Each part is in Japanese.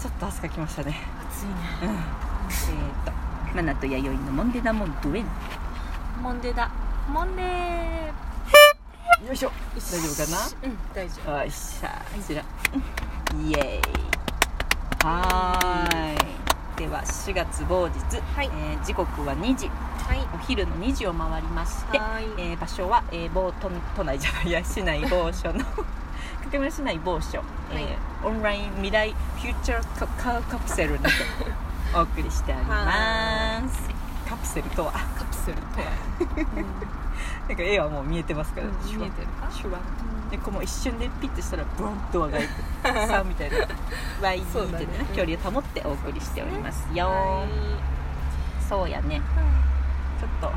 ちょっと汗かきましたね暑いねうんえー、と「マナと弥生のモンデダモンドゥエンモンデだモンデー」よいしょ大丈夫かなうん大丈よいしょこちらイエーイはーいでは4月某日、はいえー時刻は2時夫はいお昼の2時を回りまして、はーいえー場所は、えー、某都都内じゃないや市内某所の 竹村市内某所、いえーオンライン未来フューチャーカカカプセルにて お送りしておりますカプセルとはカプセルとは、なんか絵はもう見えてますから、うん、見えてるかシュワンでこうもう一瞬でピッとしたらブンドアが開い てさあみたいなワインそうみだたいねなね距離を保ってお送りしておりますよはそうやねーちいょっとう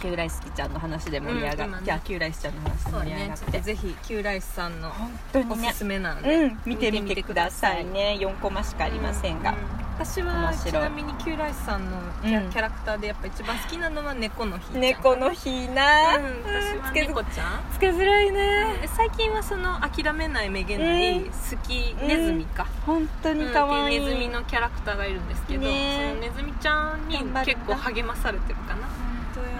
キュウライスキちゃんの話で盛り上がうん今っねて、あキュウライスちゃんの話でんそう盛り上ねがっちょっとてぜひ旧来さんの本当おにねすすめなので、うん見てみてくださいね4コマしかありませんがう、私面は白いちなみに旧来さんのキャ,、うんキャラクターでやっぱ一番好きなのは猫の日猫日の日うんな、私はつけづ猫ちゃんつけづらいねえ最近はその諦めないめげないうん好きネズミか、本当うんに可愛い、ってうネズミのキャラクターがいるんですけど、ねそのネズミちゃんに頑張るんだ結構励まされてるかな本当よね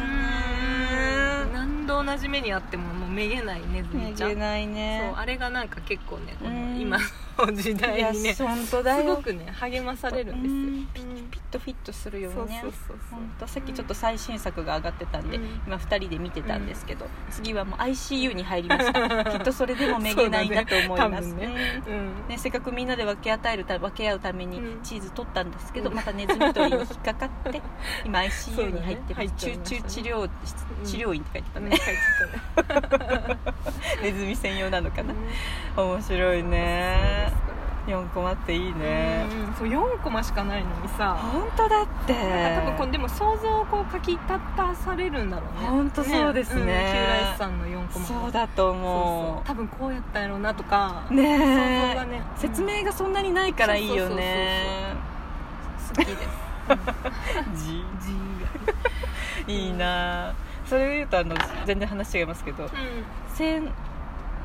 うん何度同じ目にあってももうめげないネズミめちゃんげないそうねあれがなんか結構ねこうんの今の時いや代にねす本当だよごくね励まされるんですピよッピッとフィットするよそううにねそうそうそう本当さっきちょっと最新作が上がってたんで、うん今2人で見てたんですけど、次はもう ICU に入りま したきっとそれでもめげないなと思いますそうだね多分ねうんうんね、せっかくみんなで分け与えるた分け合うためにうんチーズ取ったんですけど、うんまたネズミ取りに引っかか って今そう ICU だにね入ってる、入っちゃい集ました中ね治療室うん治療院って書いてたうんね書い、てネズミ専用なのかたなね面白いね4コマっていいねうんそう4コマしかないのにさ本当だってなんか多分これでも想像をこうかき立たされるんだろうねほんとそうですねん、旧来さんの4コマそうだと思そうそう多分こうやったんやろうなとかうね想像がえね説明がそんなにないからいいよね好きです じじいいなあそれで言うとあの全然話違いますけど先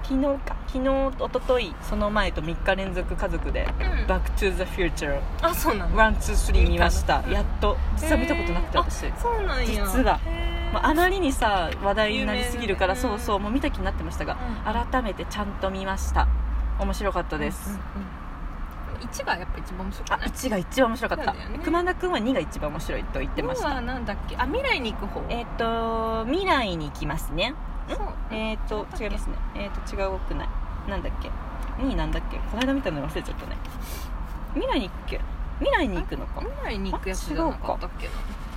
昨日か昨日一昨日その前と3日連続家族でうん、う「ん、 Back to the Future あそうな」の123見ましたうんやっと実は見たことなくてへー私そうなんや実はへーまああまりにさ話題になりすぎるから、有名だそねうそうもう見た気になってましたが、改めてちゃんと見ました面白かったです、うんうんうん一がやっぱ一番面白くあない1が一番面白かっそた、うだよね熊田君は2が一番面白いと言ってまし二はたなんだっけあ未来に行く方えっ、と未来に行きますねそうえっ、と違いますねえっ、と違うくないなんだっけ2なんだっけこの間見たのに忘れちゃったね未来に行くっけ未来に行くのか未来に行くやつじゃなかったっけな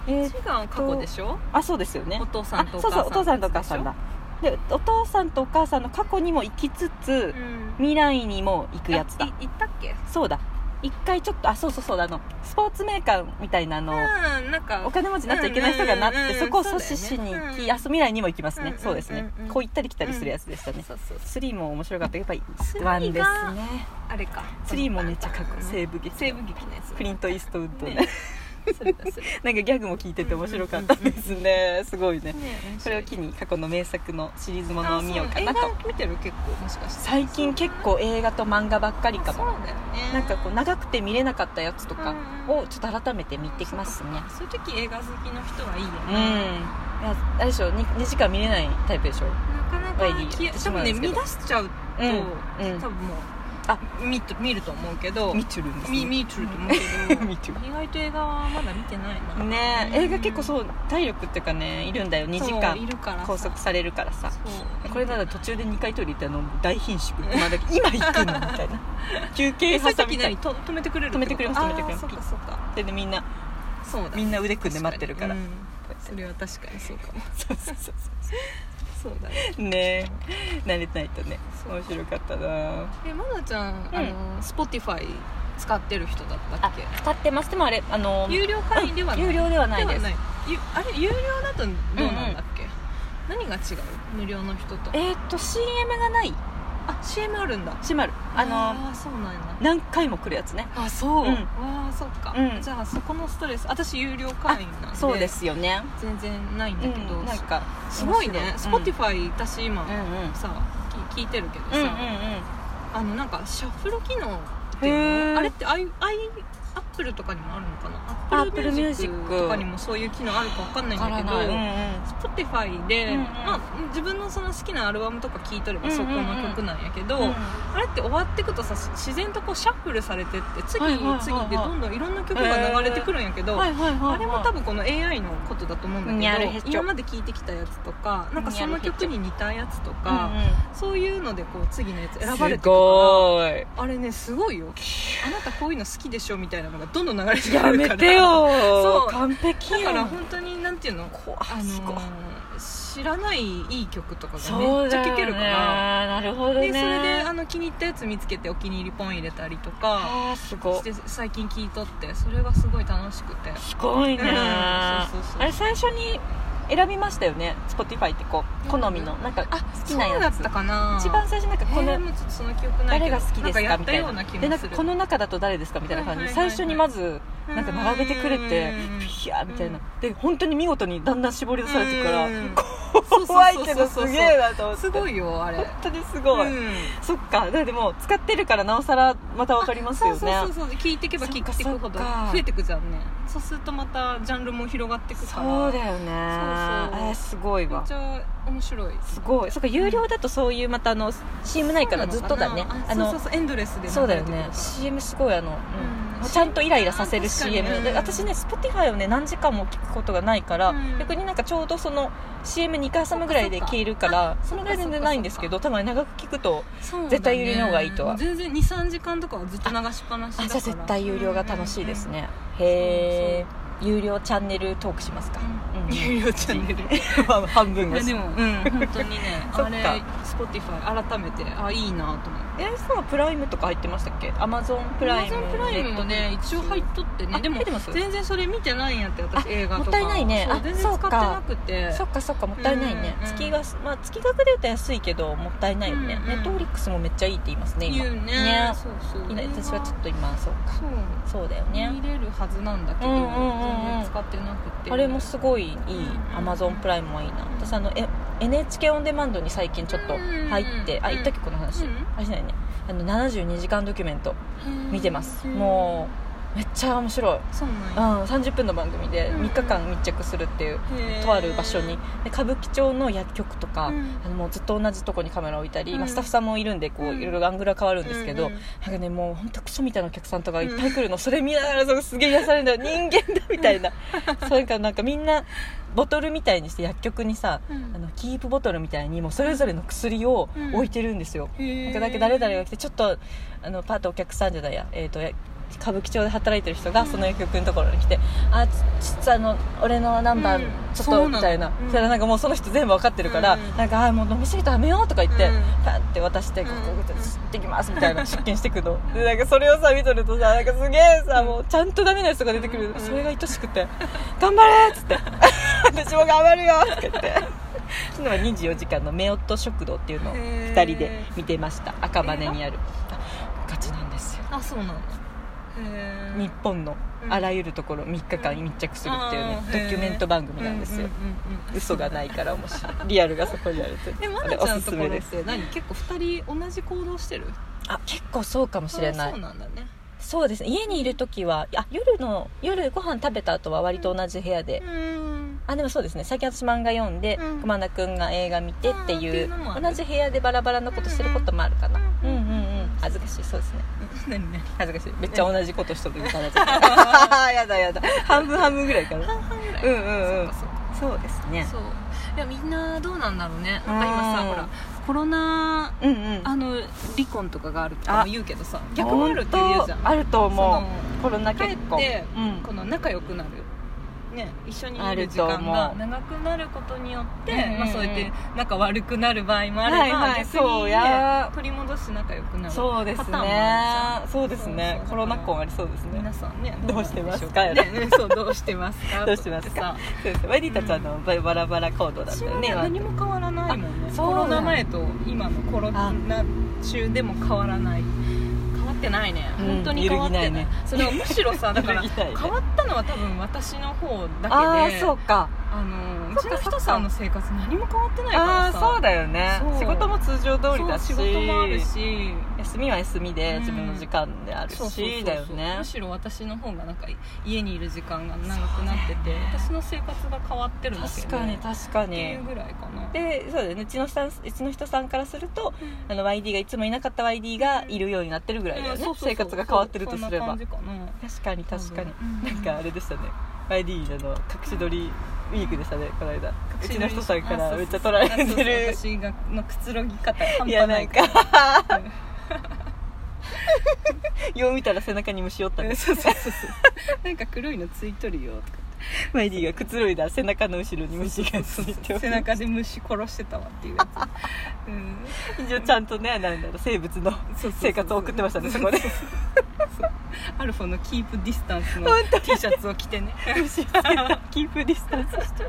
えー一が過去でしょあそうですよねお父さあんとおそう母そさんうお父さんとお母さんだでお父さんとお母さんの過去にも行きつつ、未来にも行くやつだ行ったっけそうだ一回ちょっとあそうそうそうだあのスポーツメーカーみたいなあの、うんなんかお金持ちになっちゃいけない人がなって、うんうんうんそこを阻止しにそうだ行よき、ねあそう未来にも行きますね、うんうんそうですね、うんうんこう行ったり来たりするやつでしたね、そうそうそう3も面白かったやっぱり1で3すねがあれか3もめっちゃかっこいい西部劇西部劇のやつクリント・イーストウッドねねそれだそれだなんかギャグも聞いてて面白かったです ねすごいねね面白いそれを機に過去の名作のシリーズものを見ようかなあそとう映画見てる結構もしかして最近結構映画と漫画ばっかりかそうもだよねなんかこう長くて見れなかったやつとかうんをちょっと改めて見てきますねそういう時映画好きの人はいいようんいね、やあれでしょ 2, 時間見れないタイプでしょなかなかはいいいき多分ね見出しちゃうと、うんうん多分もうあ見と見ると思うけど見ちゅるんです見見ちゃうと思うけ ど見ちゅ意外と映画はまだ見てないなねえうん映画結構そう体力っていうかねいるんだよ2時そうい間るからさ拘束されるからさそうこれなら途中で2回トイレ行ってあの大貧縮今だけ今行くのみたいな休憩え挟そういう時みたい何と止めてくれるっ止てことめてくれます止めてくれますあーそっかそっかでみんなそうだみんな腕組んで待ってるから確にうんそれは確かにそうかもそうそうそうそうだねそうねえ慣れないとねそう面白かったなえまなちゃん、あの Spotify 使ってる人だったっけ使ってますでもあれあの有料会員ではない、有料ではないでではすないゆあれ有料だとどうなんだっけ、何が違う無料の人とえーっと CM がないあ CM あるんだ閉まるあのあーそうなんや何回も来るやつねあそう、うんわあそっか、うんじゃあそこのストレス私有料会員なんでそうですよね全然ないんだけど、うんなんかすごいね面白い Spotify 私今、うんうんさき聞いてるけどさ、うんうんうんあのなんかシャッフル機能っていうへーのあれってアイアイアップルとかにもあるのかなあアップルミュージ Apple ッ Music クとかにもそういう機能あるかわかんないんだけどうんうん、 Spotify で、うんうんまあ、自分のその好きなアルバムとか聴いとればそこの曲なんやけど、うんあれって終わってくとさ自然とこうシャッフルされてって次、はいはいはいはい次でどんどんいろんな曲が流れてくるんやけど、はいはいはいはいあれも多分この AI のことだと思うんにだゃけるどへっちょ今まで聴いてきたやつとかなんかその曲に似たやつとうんか、そういうのでこう次のやつ選ばうん、れてすくかごーいらあれねすごいよあなたこういうの好きでしょみたいなのがどんどん流れてくるかやらめてよそう完璧だやかんら本当になんていうの怖いあのすごいー知らないいい曲とかがそめうっちゃだ聴よけねるからなるほどねでそれであの気に入ったやつ見つけてお気に入りポン入れたりとかあーすごいして最近聴いとってそれがすごい楽しくてすごいね、うんそうあそうそうれ最初に選びましたよね Spotify ってこう好みのなんかあ好きそうなだやっつたかな一番最初なんかここのれもちょっとその記憶な誰いけどが好きですなんかやかっみたたいよなうなで気もなんすかるこの中だと誰ですかみたいな感じではいはいはいは最初いにまずなんか並べてくれてうんピヤーみたいなうんで本当に見事にだんだん絞り出されてくからうん怖いけどすそうそうそうそうげえなと思ってすごいよあれ本当にすごい、うんそっかでも使ってるからなおさらまた分かりますよねあそうそうそうそう聞いていけば聞いていくそほどっかそっか増えてくじゃんねそうするとまたジャンルも広がってくからそうだよねそうそうえーすごいめっわちゃ面白いすごいそっか有料だとそういうまたあの CM ないからずっとだねああののそうそうそうエンドレスで流れてくるそうだよねから CM すごいあの、うんもうちゃんとイライラさせるあ確かに CM うんで私ね Spotify をね何時間も聞くことがないから、うん逆になんかちょうどその CM2 回挟むぐらいで消えるからそのぐらい全然ないんですけど多分長く聞くとそうだね絶対有料の方がいいとは全然23時間とかはずっと流しっぱなしだあじゃからあ絶対有料が楽しいですね、へえ有料チャンネルトークしますか、うんうん有料チャンネル 半分いがやでも、うん、本当にね そっかあれ Spotify 改めてあいいなと思ってえそうプライムとか入ってましたっけアマゾンププラライイムムプライムもね一応入っとってねあでも入ってます全然それ見てないんやって私あ映画とかもったいないねそうあ全然使ってなくてそっかそっかもったいないね、うんうん月がまあ月額で言うと安いけどもったいないよね、うんうんネットフリックスもめっちゃいいって言いますね今言うねねそうそう今私はちょっとと今そうかそうそうだよね見れるはずなんだけどうんう全んうんうん然使ってなくてあれもすごいいいんアマゾンプライムはいいな私あのえ NHK オンデマンドに最近ちょっと入って、うんあ言ったっけこの話、うんあれじゃないねあの72時間ドキュメント見てます、うんもうめっちゃ面白い、そうなんうやん、30分の番組でうん3日間密着するっていうへーとある場所にで歌舞伎町の薬局とか、うんあのもうずっと同じとこにカメラ置いたり、うんまあスタッフさんもいるんでこう、うんいろいろアングルは変わるんですけど、うんうんなんかねもう本当クソみたいなお客さんとかいっぱい来るの、それ見ながらそうすげえ癒されるんだよ人間だみた いな、そういうかなんかみんなボトルみたいにして薬局にさ、うんあのキープボトルみたいにもうそれぞれの薬を置いてるんですよ、へーなんかだけ誰々が来てちょっとあのパートお客さんじゃないや、えー、とや歌舞伎町で働いてる人がその薬局のところに来て「あちちょあの俺のナンバーうんちょっそうと」なのみたいな、うんそしたらなんかもうその人全部分かってるから、うんなんか「あーもう飲み過ぎたらやめよう」とか言って、うんパンって渡して「ここうんここ行ってきます」みたいな出勤してくのでなんかそれをさ見とるとさなんかすげえさもうちゃんとダメなやつとか出てくるうんそれが愛しくて「頑張れ!」っつって「私も頑張るよ!」とか言って昨日は24時間の「夫婦食堂」っていうのをへー2人で見てました赤羽にあるあガチなんですよあそうなのへー日本のあらゆるところ3日間に密着するっていうねうドんキュメント番組なんですよううんうんうん嘘がないから面白いリアルがそこにあるとえマあナれちおゃんすすのとこめろっですて何結構2人同じ行動してるあ結構そうかもしれないあそうなんだねそうですね家にいる時はあ夜の夜ご飯食べた後は割と同じ部屋で、うんあでもそうですね最近私漫画読んで、うん熊田君が映画見てってあーっていいううのもある同じ部屋でバラバラのことしてることもあるかな、ううんん、うんうんううんん恥ずかしいそうですね何何恥ずかしいめっちゃ同じことしとるみたいな やだやだ半分半分ぐらいかな半々ぐらいうんうんうんそっかそっかそうですねそういやみんなどうなんだろうねなんか今さうんほらコロナうんうんあの離婚とかがあるとかも言うけどさ逆もあるって言うじ本当ゃんあるとそ思のうコロナ結婚帰ってうんこの仲良くなるね一緒にいあるる時と思う間が長くなることによってうんうんうんまあそうやって仲悪くなる場合もあれば、はいはい逆そに、うねや、取り戻し仲良くなるそうですパターンもあるねじゃんそうですねコロナ婚ありそうですね皆さんねどうしてますかどうなん でしょうねそうどうしてます かどうしてますかとかそうですねワイディたちはあのババラバラ行動だった私よはねね何も変わらないもんねあそうコなロんだナ前と今のコロナ中でも変わらない変わってないね、うん本当に変わってない揺るぎないね それはむしろさだから揺るぎないね変わったのは多分私の方だけでああーそうかあのうそちっかそのっか人さんの生活何も変わってないからああさーそうだよねそう仕事も通常通りだしそう仕事もあるし休みは休みでうん自分の時間であるし、そうそうそうそうだよねむしろ私の方がなんか家にいる時間が長く なってて、私の生活が変わってるんだけど確かに確かってにいうぐらいかなでそうだよねうちのさんうちの人さんからするとあの YD がいつもいなかった YD がいるようになってるぐらいだよね、生活が変わってるとすればそんな感じかな確かに確かに、うんなんかあれでしたね YD の隠し撮りウィークでしたねこの間うちの人さんかあそらうめっちゃ取られそうてるそう私がのくつろぎ方半いや端ななんいかからよう見たら背中に虫おったねそうそうそうそうなんか黒いのついとるよとか YD がくつろいだ背中の後ろに虫がついておる背中で虫殺してたわっていうやつ、うん一応ちゃんとねなんだろう生物のそうそうそう生活を送ってましたねそこで アルフォのキープディスタンスの本 T シャツを着てね虫をつけ たキープディスタンスして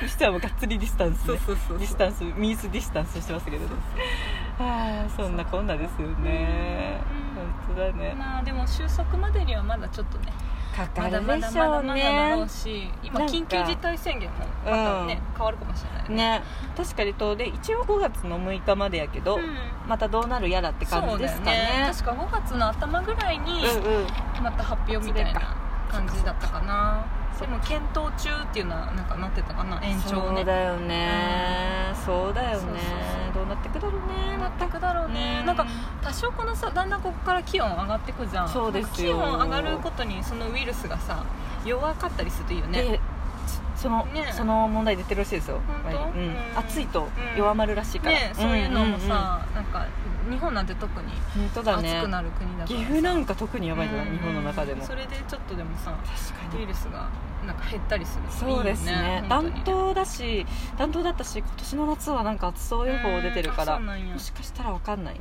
虫とはもうがっつりディスタンス、ね、そうそうそうディスタンスミースディスタンスしてますけれどねああそんなこんなですよねうん本当だねまあでも収束までにはまだちょっとねかまだまだまだまだだろうし今なんか緊急事態宣言もまたね、変わるかもしれないねね確かにとで一応5月の6日までやけど、うんまたどうなるやらって感じですかねそうだよ確か5月の頭ぐらいにうんうんまた発表みたいな感じだったかなそでっも検討中っていうのはなんかなってたかな延長をそねうだよね、そうだよねそうそうそうどうなってくだろうねなってくだろうね、なんか多少このさだんだんここから気温上がってくじゃんそうですよなんか気温上がることにそのウイルスがさ弱かったりするといいよねでその、ねその問題出てるらしいですよ本当やっぱりうんうん暑いと弱まるらしいから、ねそういうのもさ、なんか日本なんて特にうんうんうん本当だね暑くなる国だか岐ら阜なんか特にやばいじゃない、うん日本の中でもそ確かれでちょっとでもさウイにルスがなんか減ったりするといそいうよねですね本当に暖冬だし暖冬だったし今年の夏はなんか暑そう予報出てるかうらんあそうなんやもしかしたらわかんないね